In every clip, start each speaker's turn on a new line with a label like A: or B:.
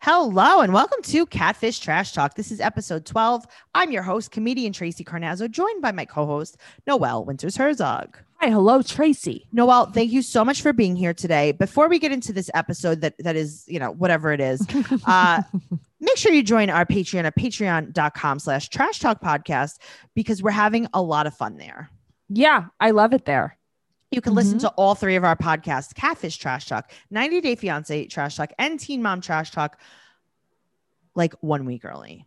A: Hello and welcome to Catfish Trash Talk. This is episode 12. I'm your host, comedian Tracy Carnazzo, joined by my co host, Noelle Winters Herzog.
B: Hi, hello, Tracy.
A: Noelle, thank you so much for being here today. Before we get into this episode that, that is, you know, whatever it is, uh, make sure you join our Patreon at patreon.com slash trash talk podcast because we're having a lot of fun there.
B: Yeah, I love it there.
A: You can listen to all three of our podcasts Catfish Trash Talk, 90 Day Fiance Trash Talk, and Teen Mom Trash Talk like one week early.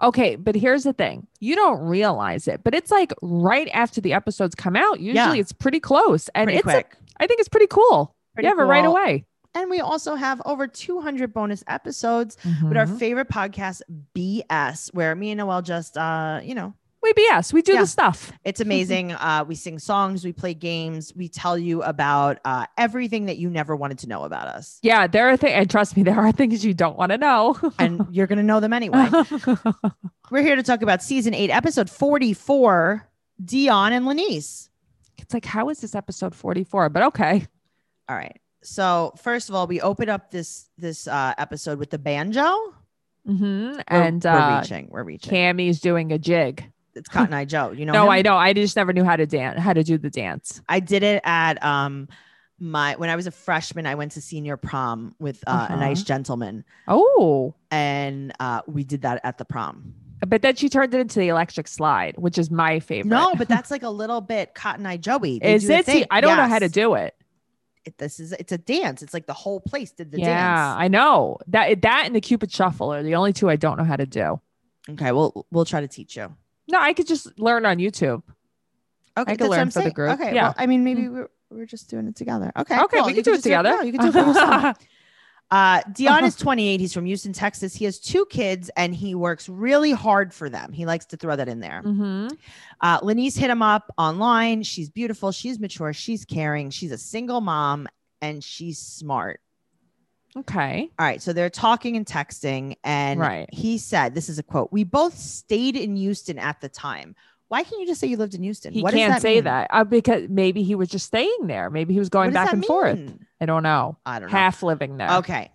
B: Okay, but here's the thing you don't realize it, but it's like right after the episodes come out. Usually it's pretty close. And
A: Pretty
B: it's, a,
A: quick.
B: I think it's pretty cool.
A: Pretty
B: you have it right
A: cool.
B: away.
A: And we also have over 200 bonus episodes with our
B: Mhm.
A: favorite podcast, BS, where me and Noel just, uh, you know,
B: we BS, we do
A: Yeah.
B: the stuff.
A: it's amazing. uh, we sing songs, we play games, we tell you about uh, everything that you never wanted to know about us.
B: Yeah, there are things, and trust me, there are things you don't want to know.
A: And you're going to know them anyway. We're here to talk about season eight, episode 44, Dion and Lanice.
B: it's like, how is this episode 44? But okay.
A: All right. So first of all, we open up this this uh, episode with the banjo.
B: hmm
A: We're-
B: And
A: we're
B: uh,
A: reaching, we're reaching.
B: Cammy's doing a jig.
A: It's Cotton Eye Joe. You know.
B: no,
A: him?
B: I know. I just never knew how to dance, how to do the dance.
A: I did it at um my when I was a freshman. I went to senior prom with uh, a
B: Uh-huh.
A: nice gentleman,
B: Oh,
A: and uh, we did that at the prom.
B: But then she turned it into the electric slide, which is my favorite.
A: No, but that's like a little bit Cotton Eye Joey. They
B: is
A: do the
B: it? See,
A: thing.
B: I don't know how to
A: Yes.
B: do it.
A: It, this is it's a dance. It's like the whole place did the
B: yeah, I know that that and the Cupid Shuffle are the only two I don't know how to do.
A: dance. Okay, we'll we'll try to teach you.
B: No, I could just learn on YouTube.
A: Okay,
B: could
A: that's what
B: learn
A: I'm
B: for the
A: saying.
B: group.
A: Okay,
B: Yeah. Mm.
A: well, I mean, maybe we're, we're just doing it together. Okay,
B: Okay,
A: cool.
B: we
A: You
B: can do it
A: just
B: together.
A: no, you can do it for yourself. Uh, Dion
B: Uh-huh.
A: is 28. He's from Houston, Texas. He has two kids and he works really hard for them. He likes to throw that in there.
B: hmm
A: Uh, Lanice hit him up online. She's beautiful. She's mature. She's caring. She's a single mom and she's smart.
B: Okay.
A: All right. So they're talking and texting. And
B: Right.
A: he said, This is a quote We both stayed in Houston at the time. Why can't you just say you lived in Houston?
B: He
A: What does
B: can't say
A: mean?
B: that uh, because maybe he was just staying there. Maybe he was
A: What
B: going
A: does
B: back
A: that
B: and forth.
A: mean?
B: I don't know.
A: I don't know.
B: Half living there.
A: Okay.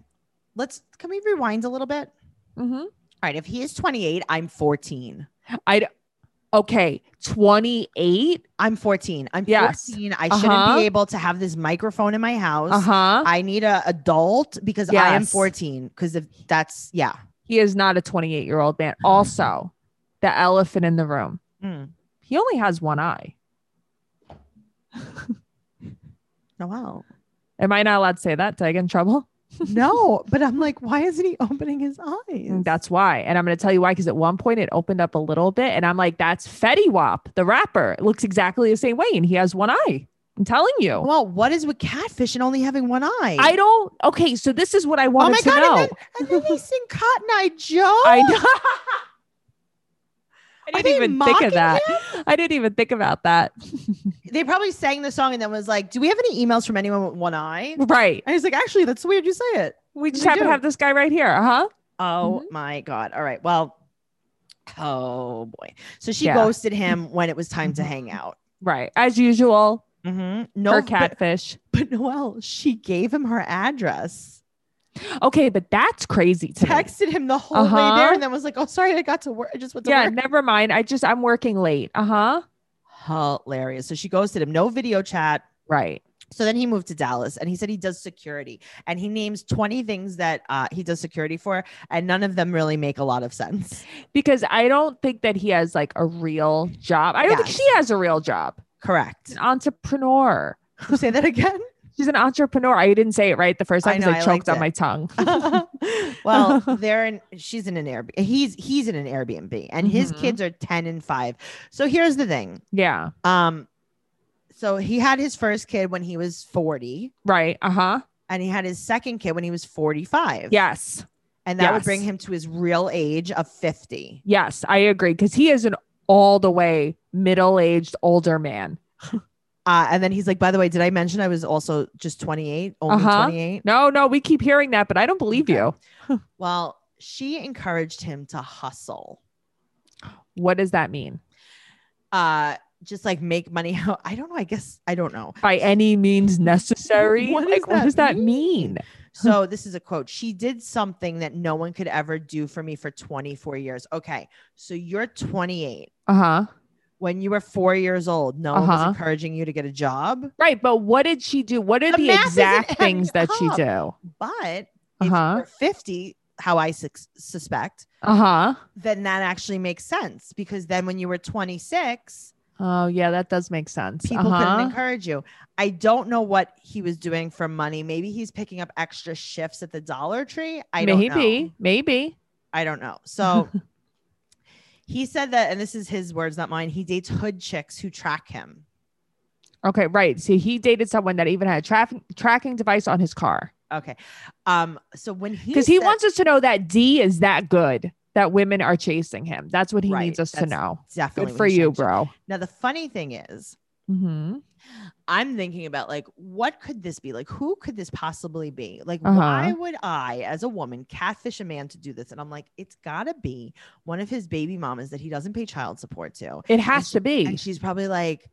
A: Let's can we rewind a little bit?
B: hmm
A: All right. If he is 28, I'm 14.
B: I. Okay. Twenty eight.
A: I'm 14. I'm
B: Yes.
A: 14. I shouldn't
B: Uh-huh.
A: be able to have this microphone in my house.
B: Uh huh.
A: I need a adult because I am
B: Yes.
A: 14. Because if that's yeah.
B: He is not a twenty eight year old man. Also, the elephant in the room.
A: Mm.
B: He only has one eye.
A: Oh, wow.
B: Am I not allowed to say that? Did I get in trouble?
A: no, but I'm like, why isn't he opening his eyes?
B: That's why. And I'm going to tell you why. Because at one point it opened up a little bit, and I'm like, that's Fetty Wap, the rapper. It looks exactly the same way, and he has one eye. I'm telling you.
A: well, what is with catfish and only having one eye?
B: I don't. Okay, so this is what I
A: Oh
B: wanted
A: my
B: to
A: god!
B: know.
A: And then, and then they sing Cotton Eye Joe.
B: I know. I
A: Are they
B: didn't even think
A: mocking
B: of that.
A: him?
B: I didn't even think about that.
A: They probably sang the song and then was like, "Do we have any emails from anyone with one eye?"
B: right.
A: And he's like, "Actually, that's weird. You say it."
B: We just
A: We
B: happen
A: do.
B: to have this guy right here. Uh huh.
A: Oh my God. All right. Well, oh boy. So she
B: Yeah.
A: ghosted him when it was time to hang out.
B: Right. As usual,
A: Mm-hmm.
B: no,
A: No,
B: her
A: but-
B: catfish.
A: But, Noelle, she gave him her address,
B: Okay, but that's crazy to me.
A: texted him the whole way there,
B: Uh-huh.
A: and then was like, oh, sorry, I got to work. I just went to
B: Yeah,
A: work.
B: never mind. I just I'm working late. Uh huh.
A: Hilarious. So she ghosted him. No video chat.
B: Right.
A: So then he moved to Dallas and he said he does security and he names 20 things that uh, he does security for, and none of them really make a lot of sense.
B: Because I don't think that he has like a real job. I don't think
A: Yes.
B: she has a real job. She's
A: Correct.
B: an entrepreneur.
A: Say that again.
B: She's an entrepreneur. I didn't say it right the first
A: I
B: time because
A: know,
B: I,
A: I liked
B: choked on
A: it.
B: my tongue.
A: well, they're in she's in an Airbnb. He's he's in an Airbnb and his
B: Mhm.
A: kids are 10 and 5. So here's the thing.
B: yeah.
A: Um so he had his first kid when he was 40
B: Right. Uh huh.
A: and he had his second kid when he was 45.
B: Yes.
A: And that would bring
B: yes.
A: him to his real age of 50.
B: Yes. I agree. Because he is an all the way middle aged older man.
A: Uh and then he's like by the way, did I mention I was also just 28, only
B: Uh-huh.
A: 28?
B: No, no, we keep hearing that, but I don't believe
A: Okay.
B: you.
A: Well, she encouraged him to hustle.
B: What does that mean?
A: Uh just like make money out. I don't know. I guess I don't know.
B: by any means necessary.
A: What does
B: like, what
A: that
B: does that mean?
A: So this is a quote. She did something that no one could ever do for me for 24 years. Okay. So you're 28.
B: Uh huh.
A: When you were four years old, no one was
B: Uh-huh.
A: encouraging you to get a job,
B: Right. But what did she do? What are
A: The
B: the,
A: math isn't
B: exact
A: adding
B: things that she
A: up.
B: do?
A: but
B: Uh huh.
A: if you're 50, how I sus- suspect,
B: Uh huh.
A: then that actually makes sense because then when you were 26,
B: Oh yeah, that does make sense.
A: people couldn't
B: Uh-huh.
A: encourage you. I don't know what he was doing for money. Maybe he's picking up extra shifts at the Dollar Tree. I
B: maybe,
A: don't know.
B: maybe.
A: I don't know. So he said that, and this is his words, not mine. He dates hood chicks who track him.
B: Okay, right. So he dated someone that even had a traf- tracking device on his car
A: Okay. Um, so when he
B: because he
A: said-
B: wants us to know that D is that good that women are chasing him. That's what he
A: Right,
B: needs us to
A: that's
B: know.
A: definitely
B: Good
A: when
B: for
A: he
B: you,
A: said-
B: bro.
A: Now the funny thing is,
B: Mm-hmm.
A: I'm thinking about like what could this be? Like who could this possibly be? Like
B: Uh-huh.
A: why would I, as a woman, catfish a man to do this? And I'm like, it's gotta be one of his baby mamas that he doesn't pay child support to,
B: It has
A: she-
B: to be.
A: and she's probably like,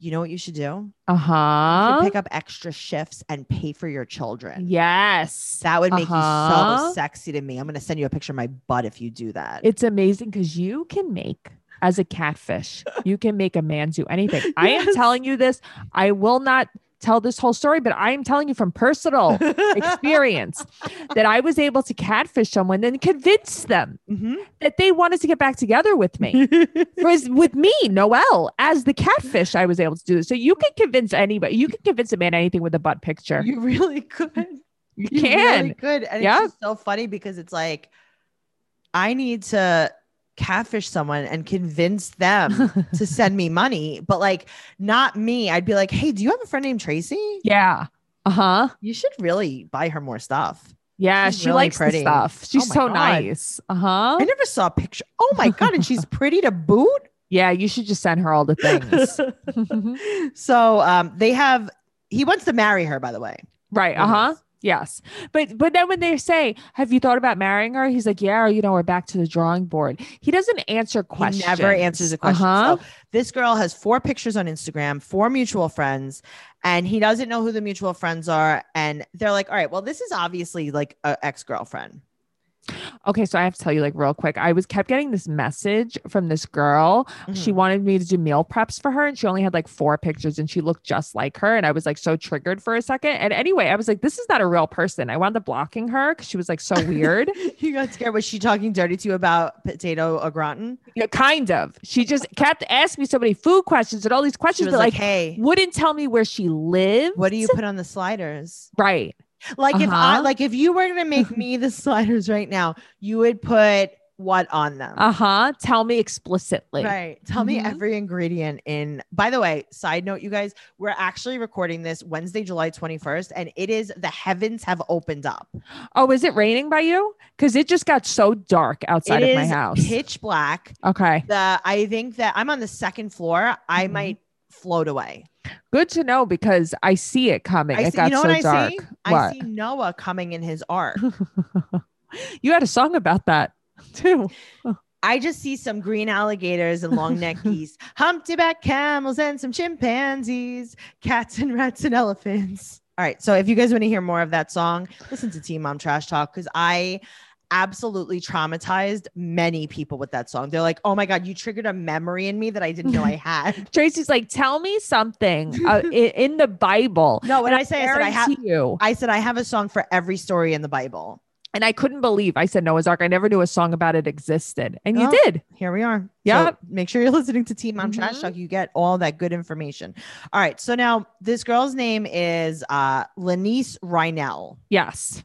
A: you know what you should do?
B: Uh
A: You should
B: huh.
A: pick up extra shifts and pay for your children.
B: Yes.
A: That would make you so
B: Uh-huh.
A: sexy to me. I'm going to send you a picture of my butt if you do that.
B: It's amazing because you can make as a catfish, you can make a man do anything. I am
A: Yes.
B: telling you this. I will not tell this whole story, but I am telling you from personal experience that I was able to catfish someone and convince them
A: Mhm.
B: that they wanted to get back together with me.
A: Mm-hmm.
B: Was with me, Noel, as the catfish, I was able to do this. So you can convince anybody. You can convince a man anything with a butt picture. You,
A: You really could. You
B: can.
A: really could. And
B: Yeah.
A: it's just so funny because it's like, I need to catfish someone and convince them to send me money, but like, not me. I'd be like, hey, do you have a friend named Tracy?
B: yeah. Uh huh.
A: You should really buy her more stuff.
B: Yeah.
A: Uh-huh. She's
B: she
A: really
B: likes the
A: pretty. Oh
B: stuff. She's
A: my
B: so
A: God.
B: nice. Uh huh.
A: I never saw a picture. Oh my God. And she's pretty to boot.
B: Yeah, you should just send her all the things.
A: so um, they have, he wants to marry her, by the way.
B: right.
A: It is.
B: Uh huh. Yes. But but then when they say, "Have you thought about marrying her?" He's like, "Yeah, or, you know, we're back to the drawing board." He doesn't answer questions.
A: He never answers Oh. a question.
B: Uh-huh.
A: So this girl has four pictures on Instagram, four mutual friends, and he doesn't know who the mutual friends are. And they're like, all right, well, this is obviously like an ex girlfriend.
B: okay, so I have to tell you like real quick. I was kept getting this message from this girl.
A: Mm-hmm.
B: She wanted me to do meal preps for her, and she only had like four pictures, and she looked just like her. And I was like so triggered for a second. And anyway, I was like, "This is not a real person." I wound up blocking her because she was like so weird.
A: you got scared. Was she talking dirty to you about potato au gratin?
B: Yeah, kind of. She just kept asking me so many food questions and all these
A: She
B: questions
A: was
B: that
A: like,
B: like,
A: hey,
B: wouldn't tell me where she lived.
A: what do you put on the sliders?
B: Right.
A: Like if I
B: Uh-huh.
A: like if you were gonna make me the sliders right now, you would put what on them?
B: Uh huh. Tell me explicitly.
A: Right. Tell me
B: Mhm.
A: every ingredient in. By the way, side note, you guys, we're actually recording this Wednesday, July 21st, and it is the heavens have opened up.
B: Oh, is it raining by you? Because it just got so dark outside
A: It
B: of my
A: is
B: house.
A: Pitch black.
B: okay.
A: The I think that I'm on the second floor. I
B: Mhm.
A: might float away.
B: Good to know because I see it coming.
A: I
B: it
A: see, you
B: got
A: know
B: so
A: what I
B: dark.
A: see? I
B: What?
A: see Noah coming in his ark.
B: you had a song about that too.
A: I just see some green alligators and long neck geese, humpback camels, and some chimpanzees, cats and rats and elephants. All right. So if you guys want to hear more of that song, listen to Team Mom Trash Talk because I absolutely traumatized many people with that song. They're like, oh my God, you triggered a memory in me that I didn't know I had.
B: Tracy's like, tell me something uh, i- in the Bible.
A: No, when
B: And
A: I say I said I have
B: guarantee you.
A: I said I have a song for every story in the Bible.
B: And I couldn't believe I said Noah's Ark. I never knew a song about it existed. And
A: Oh.
B: you did.
A: Here we are. So
B: Yep.
A: make sure you're listening to Team Mom Trash
B: Mhm.
A: Talk. You get all that good information. All right. So now this girl's name is uh Lenice Rynell.
B: Yes.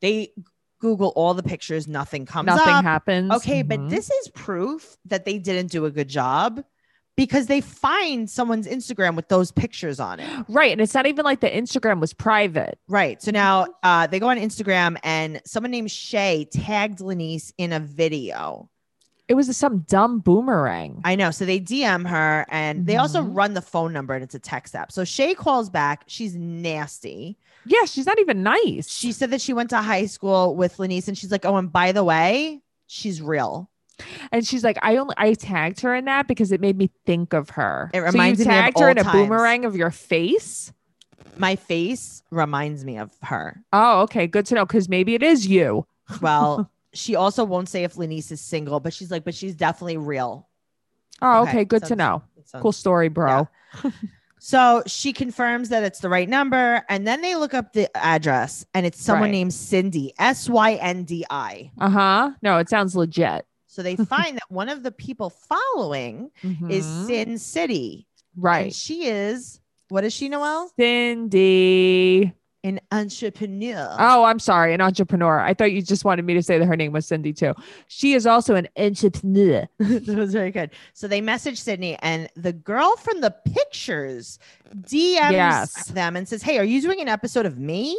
A: They Google all the pictures, nothing Mm-hmm. comes
B: Nothing
A: up.
B: happens.
A: Okay, but
B: Mhm.
A: this is proof that they didn't do a good job because they find someone's Instagram with those pictures on it.
B: Right. And it's not even like the Instagram was private.
A: Right. So now uh, they go on Instagram and someone named Shay tagged Lenice in a video.
B: It was some dumb boomerang.
A: I know. So they DM her and they also
B: Mhm.
A: run the phone number and it's a text app. So Shay calls back. She's nasty.
B: yeah, she's not even nice.
A: She said that she went to high school with Lenice and she's like, oh, and by the way, she's real.
B: And she's like, I only I tagged her in that because it made me think of her.
A: It reminds me
B: so
A: of
B: you tagged her
A: old
B: in a
A: times.
B: boomerang of your face.
A: My face reminds me of her.
B: Oh, okay, good to know because maybe it is you.
A: Well, she also won't say if Lenice is single, but she's like, but she's definitely real.
B: Oh,
A: Okay,
B: okay, good to
A: sounds-
B: know.
A: So-
B: Cool story, bro.
A: So she confirms that it's the right number, and then they look up the address, and it's someone
B: Right.
A: named Cindy, S Y N D I.
B: Uh huh. No, it sounds legit.
A: So they find that one of the people following is
B: Mhm.
A: Sin City, and
B: right.
A: she is what is she, Noelle?
B: Cindy.
A: An entrepreneur.
B: Oh, I'm sorry, an entrepreneur. I thought you just wanted me to say that her name was Cindy too. She is also an entrepreneur.
A: that was very good. So they message Sydney, and the girl from the pictures DMs
B: Yes.
A: them and says, "Hey, are you doing an episode of me?"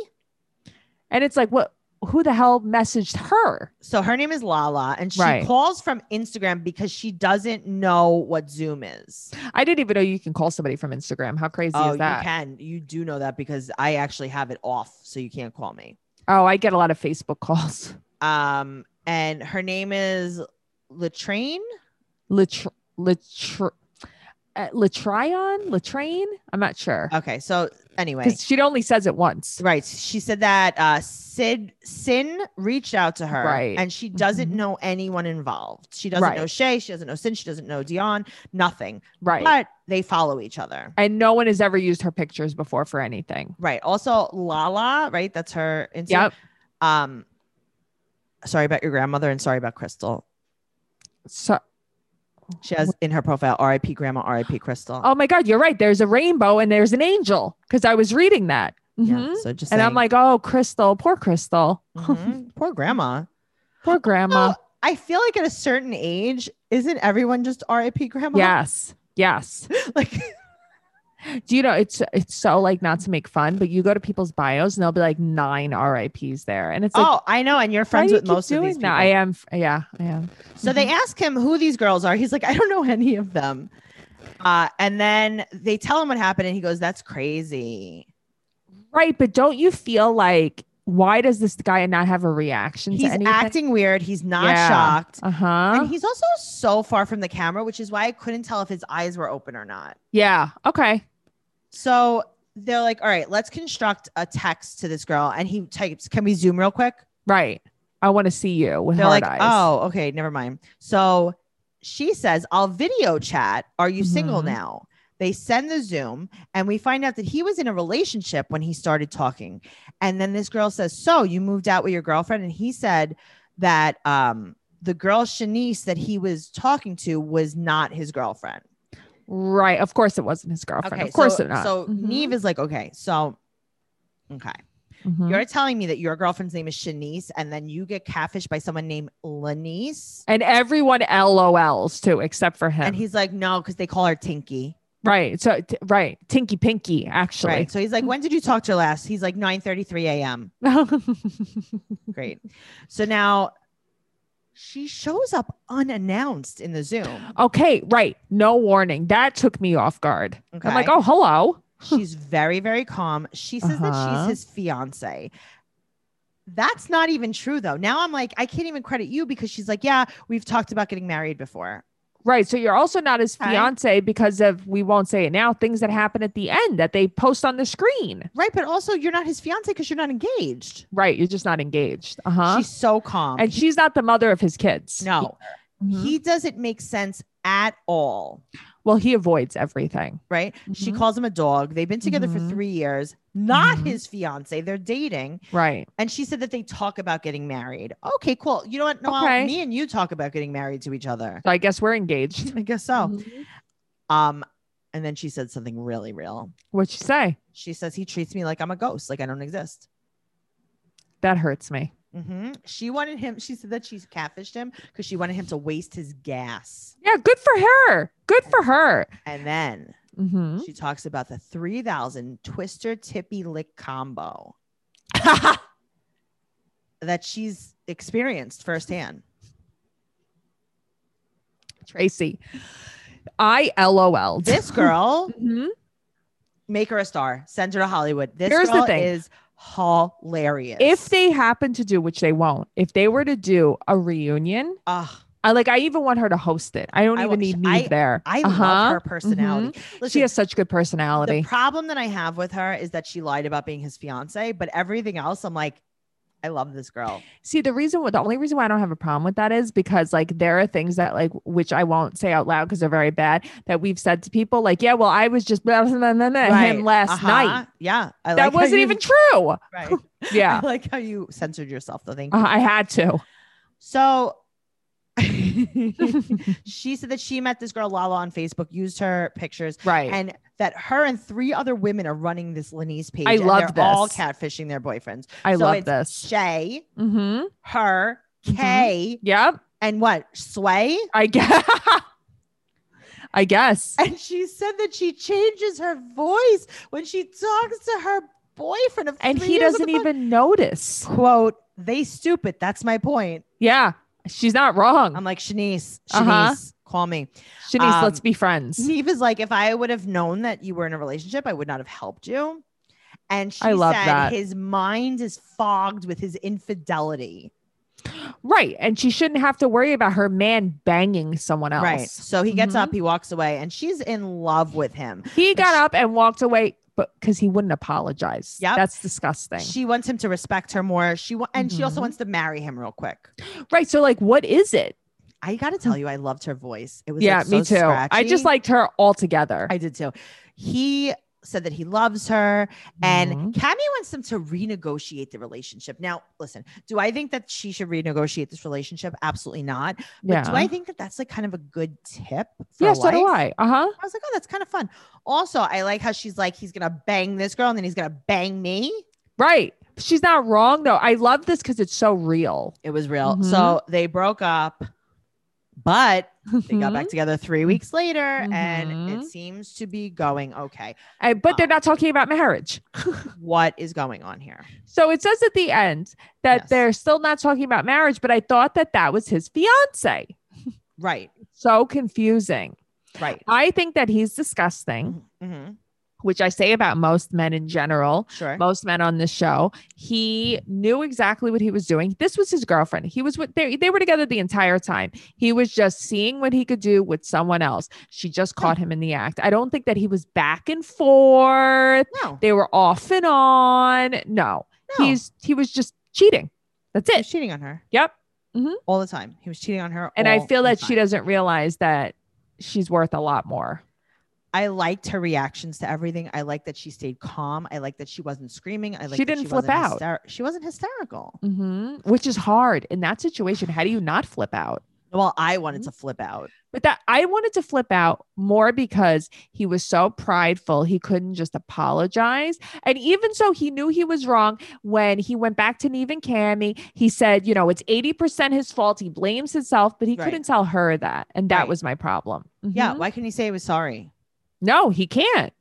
B: And it's like, what? Who the hell messaged her?
A: So her name is Lala, and she
B: Right.
A: calls from Instagram because she doesn't know what Zoom is.
B: I didn't even know you can call somebody from Instagram. How crazy
A: oh,
B: is
A: you
B: that?
A: can. You do know that because I actually have it off, so you can't call me.
B: Oh, I get a lot of Facebook calls.
A: Um, and her name is Latrine.
B: Latr- Latr- uh, Latrion? Latrain? I'm not sure.
A: Okay, so anyway,
B: Because she only says it once.
A: right? She said that uh, Sid Sin reached out to her,
B: Right.
A: And she doesn't
B: Mhm.
A: know anyone involved. She doesn't know
B: Right.
A: Shay. She doesn't know Sin. She doesn't know Dion. Nothing.
B: Right.
A: But they follow each other.
B: and no one has ever used her pictures before for anything.
A: Right. Also, Lala, right? That's her Instagram.
B: Yep.
A: Um, sorry about your grandmother and sorry about Crystal.
B: So,
A: She has in her profile RIP grandma, RIP Crystal.
B: oh my God, you're right. There's a rainbow and there's an angel because I was reading that.
A: yeah.
B: Mhm.
A: So just
B: And I'm
A: saying.
B: like, oh, Crystal, poor Crystal,
A: Mhm. poor grandma.
B: poor grandma.
A: I feel like at a certain age, isn't everyone just RIP grandma?
B: Yes. Yes.
A: Like,
B: Do you know it's it's so like not to make fun, but you go to people's bios and they'll be like nine RIPs there. And it's like
A: oh, I know. And you're friends
B: why do you
A: with
B: keep
A: most of
B: doing
A: these people.
B: that? I am f- yeah, I am.
A: So they ask him who these girls are. He's like, I don't know any of them. Uh, and then they tell him what happened, and he goes, That's crazy.
B: Right, but don't you feel like why does this guy not have a reaction to
A: He's
B: anything?
A: acting weird. He's not
B: Yeah.
A: shocked.
B: uh-huh.
A: And he's also so far from the camera, which is why I couldn't tell if his eyes were open or not.
B: yeah. Okay.
A: So they're like, all right, let's construct a text to this girl. And he types, can we zoom real quick?
B: Right. I want to see you with
A: They're
B: hard
A: like,
B: eyes.
A: oh, okay, never mind. So she says, I'll video chat. Are you single
B: Mhm.
A: now? They send the Zoom, and we find out that he was in a relationship when he started talking. And then this girl says, So you moved out with your girlfriend? And he said that um, the girl, Shanice, that he was talking to was not his girlfriend.
B: Right. Of course it wasn't his girlfriend. of course
A: so,
B: it not.
A: So
B: Mhm.
A: Neve is like, okay, so okay,
B: Mhm.
A: you're telling me that your girlfriend's name is Shanice, and then you get catfished by someone named Lanice,
B: and everyone LOLs too, except for him.
A: and he's like, no, because they call her Tinky,
B: right. So t- right. Tinky Pinky, actually.
A: right? So he's like, when did you talk to her last? He's like, 9:33 a.m. Great. so now she shows up unannounced in the Zoom.
B: okay, right. No warning. That took me off guard.
A: Okay,
B: I'm like, oh, hello.
A: she's very, very calm. She says that
B: Uh-huh.
A: she's his fiance. That's not even true though. Now I'm like, I can't even credit you because she's like, yeah, we've talked about getting married before.
B: Right. So you're also not his
A: Okay.
B: fiance because of we won't say it now, things that happen at the end that they post on the screen.
A: Right. But also you're not his fiance because you're not engaged.
B: Right. You're just not engaged. Uh-huh.
A: She's so calm.
B: and she's not the mother of his kids.
A: no,
B: Mhm.
A: he doesn't make sense at all.
B: well, he avoids everything.
A: Right. Mm-hmm. She
B: Mhm.
A: calls him a dog. They've been together
B: Mhm.
A: for three years, not
B: Mhm.
A: his fiance. They're dating.
B: Mm-hmm. Right.
A: And she said that they talk about getting married. Okay, cool. You know what? Noelle,
B: Okay.
A: me and you talk about getting married to each other.
B: So I guess we're engaged.
A: I guess so.
B: Mhm.
A: Um, and then she said something really real.
B: What'd she say?
A: She says he treats me like I'm a ghost, like I don't exist.
B: That hurts me.
A: hmm She wanted him. She said that she catfished him because she wanted him to waste his gas.
B: Yeah, good for her. Good for her.
A: And then
B: Mhm.
A: she talks about the three thousand twister tippy lick combo that she's experienced firsthand.
B: Tracy, I LOL.
A: This girl, make her a star. Send her to Hollywood. This
B: Here's the
A: girl
B: thing.
A: is hilarious.
B: If they happen to do, which they won't, if they were to do a reunion,
A: ah,
B: I like. I even want her to host it. I don't
A: I
B: even
A: want-
B: need me
A: I-
B: there.
A: I
B: Uh-huh.
A: love her personality.
B: She
A: Listen,
B: has such good personality.
A: the problem that I have with her is that she lied about being his fiance, but everything else, I'm like, I love this girl.
B: See, the reason, wh- the only reason why I don't have a problem with that is because, like, there are things that, like, which I won't say out loud because they're very bad that we've said to people, like, yeah, well, I was just blah, blah, blah, blah, blah, him last
A: Uh-huh.
B: night.
A: Yeah. I
B: That
A: like how
B: wasn't
A: you-
B: even true.
A: right.
B: Yeah.
A: I like how you censored yourself though. Thank you.
B: Uh, I had to.
A: So she said that she met this girl Lala on Facebook, used her pictures,
B: right.
A: and that her and three other women are running this Lanise page.
B: I
A: and
B: love
A: they're All
B: this.
A: catfishing their boyfriends.
B: I
A: so
B: love
A: it's
B: this.
A: Shay,
B: Mm-hmm.
A: her,
B: Mhm.
A: Kay,
B: Yep.
A: and what? Sway.
B: I guess. I guess.
A: And she said that she changes her voice when she talks to her boyfriend. Of
B: And
A: three
B: he
A: years on the
B: doesn't
A: phone.
B: even notice.
A: quote. They stupid. That's my point.
B: Yeah. She's not wrong.
A: I'm like Shanice. Shanice,
B: Uh-huh.
A: call me.
B: Shanice,
A: um,
B: let's be friends.
A: Neve is like, if I would have known that you were in a relationship, I would not have helped you. And she
B: I love
A: said
B: that.
A: his mind is fogged with his infidelity.
B: Right. And she shouldn't have to worry about her man banging someone else.
A: Right. So he gets
B: Mhm.
A: up, he walks away, and she's in love with him.
B: He got
A: she-
B: up and walked away, but because he wouldn't apologize.
A: Yep.
B: That's disgusting.
A: She wants him to respect her more. She wa- and she also
B: Mhm.
A: wants to marry him real quick.
B: right. So, like, what is it?
A: I got to tell you, I loved her voice. It was
B: Yeah,
A: like,
B: me
A: so
B: too. I
A: scratchy.
B: just liked her altogether.
A: I did too. He said that he loves her, and
B: Mhm.
A: Cami wants them to renegotiate the relationship. Now, listen, do I think that she should renegotiate this relationship? Absolutely not. But
B: yeah.
A: do I think that that's like kind of a good tip? For
B: yeah, so do
A: life?
B: I. Uh huh.
A: I was like, oh, that's kind of fun. Also, I like how she's like, he's gonna bang this girl, and then he's gonna bang me.
B: Right. She's not wrong, though. I love this because it's so real.
A: It was real.
B: Mhm.
A: So they broke up, but they got
B: Mhm.
A: back together three weeks later, and it
B: Mhm.
A: seems to be going okay.
B: And- but they're not talking about marriage.
A: What is going on here?
B: So it says at the end that
A: Yes.
B: they're still not talking about marriage, but I thought that that was his fiance.
A: Right,
B: So confusing.
A: right.
B: I think that he's disgusting,
A: Mm-hmm.
B: which I say about most men in general.
A: Sure.
B: most men on this show. He knew exactly what he was doing. This was his girlfriend. He was with they, they were together the entire time. He was just seeing what he could do with someone else. She just caught him in the act. I don't think that he was back and forth.
A: no,
B: They were off and on.
A: no.
B: No, he's he was just cheating. That's
A: he
B: it.
A: was cheating on her
B: Yep.
A: all the time. He was cheating on her.
B: And I
A: all
B: feel
A: the
B: that she
A: time.
B: doesn't realize that she's worth a lot more.
A: I liked her reactions to everything. I liked that she stayed calm. I liked that she wasn't screaming. I liked that
B: didn't
A: she
B: flip
A: wasn't
B: out.
A: hyster- she wasn't hysterical.
B: hmm
A: Mm-hmm.
B: Which is hard in that situation. How do you not flip out?
A: Well, I wanted
B: Mm-hmm.
A: to flip out.
B: But that I wanted to flip out more because he was so prideful. He couldn't just apologize. And even so, he knew he was wrong when he went back to Neve and Cammy. He said, you know, it's 80% his fault. He blames himself, but he
A: Right.
B: couldn't tell her that. And that
A: Right. Mm-hmm.
B: was my problem.
A: Yeah.
B: Mhm.
A: Why couldn't he say he was sorry?
B: No, he can't.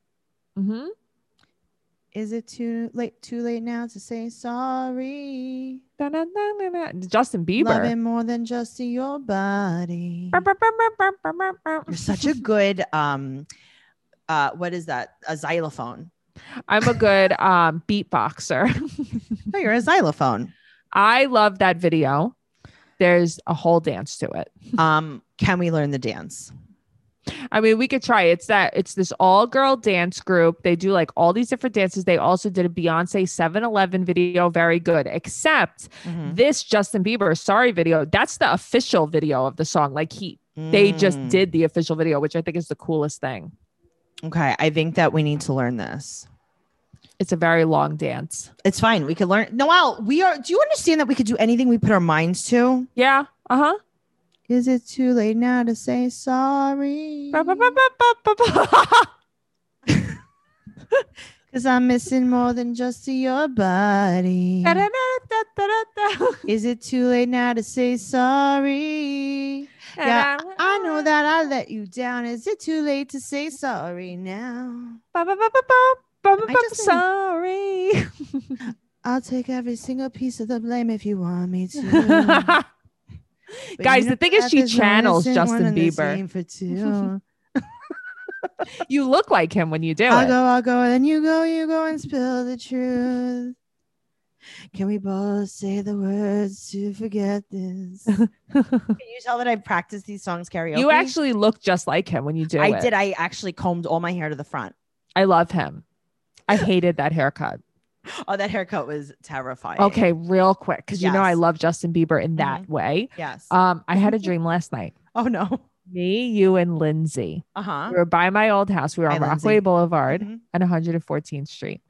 A: Mm-hmm.
B: hmm
A: Is it too late? Too late now to say sorry.
B: Justin
A: Love
B: Bieber.
A: him more than just your body.
B: Burr, burr, burr, burr, burr, burr, burr, burr.
A: You're such a good um, uh, what is that? A xylophone.
B: I'm a good um, beatboxer.
A: No, you're a xylophone.
B: I love that video. There's a whole dance to it.
A: Um, can we learn the dance?
B: I mean, we could try. It's that it's this all girl dance group. They do like all these different dances. They also did a Beyonce 7 Eleven video, very good, except
A: Mhm.
B: this Justin Bieber sorry video. That's the official video of the song. Like he, they just
A: Mm.
B: did the official video, which I think is the coolest thing.
A: Okay, I think that we need to learn this.
B: It's a very long dance.
A: It's fine. We could learn. Noel, we are. Do you understand that we could do anything we put our minds to?
B: Yeah. Uh huh.
A: Is it too late now to say sorry? Because I'm missing more than just your body. Is it too late now to say sorry? Yeah, I know that I let you down. Is it too late to say sorry now? I just-
B: Sorry.
A: I'll take every single piece of the blame if you want me to. But
B: Guys,
A: you
B: the thing is
A: got
B: she
A: this one
B: channels
A: innocent one
B: Justin
A: and the
B: Bieber.
A: same For two.
B: you look like him when you do
A: I'll
B: it.
A: go, I'll go, and then you go, you go and spill the truth. Can we both say the words to forget this? Can you tell that I've practiced these songs karaoke?
B: You actually look just like him when you do
A: I
B: it.
A: did. I actually combed all my hair to the front.
B: I love him. I hated that haircut.
A: Oh, that haircut was terrifying.
B: Okay, real quick, because you know I
A: Yes.
B: love Justin Bieber in that way.
A: Yes.
B: Um, I had a dream last night.
A: oh no.
B: Me, you, and Lindsay.
A: Uh huh.
B: We were by my old house. We were
A: Hi,
B: on
A: Lindsay.
B: Rockaway Boulevard and 114th Street,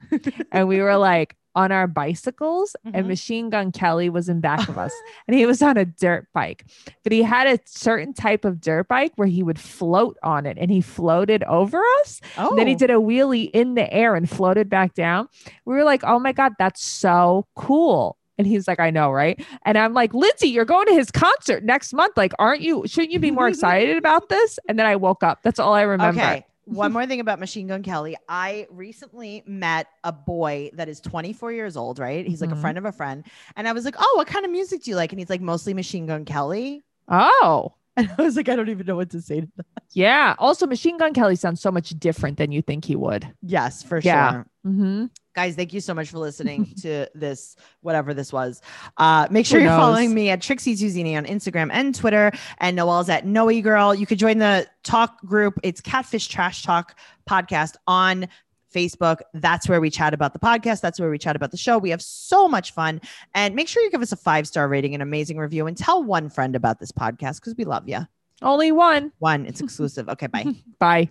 B: and we were like on our bicycles.
A: Mhm.
B: And Machine Gun Kelly was in back of us, and he was on a dirt bike. But he had a certain type of dirt bike where he would float on it, and he floated over us.
A: Oh.
B: Then he did a wheelie in the air and floated back down. We were like, oh my God, that's so cool. And he's like, I know, right? And I'm like, Lindsay, you're going to his concert next month. Like, aren't you? Shouldn't you be more excited about this? And then I woke up. That's all I remember.
A: Okay. One more thing about Machine Gun Kelly. I recently met a boy that is 24 years old, right? He's like a
B: Mhm.
A: friend of a friend. And I was like, Oh, what kind of music do you like? And he's like, Mostly Machine Gun Kelly.
B: Oh,
A: And I was like, I don't even know what to say to that.
B: yeah. Also, Machine Gun Kelly sounds so much different than you think he would.
A: Yes, for
B: Yeah.
A: sure.
B: Mm-hmm.
A: Guys, thank you so much for listening to this, whatever this was. Uh, make sure
B: Who
A: you're
B: knows?
A: following me at Trixie Tuzini on Instagram and Twitter, and Noel's at Noe Girl. You could join the talk group. It's Catfish Trash Talk podcast on Facebook. That's where we chat about the podcast. That's where we chat about the show. We have so much fun. And make sure you give us a five star rating, an amazing review, and tell one friend about this podcast because we love you.
B: Only one.
A: One, it's exclusive. Okay, bye.
B: Bye.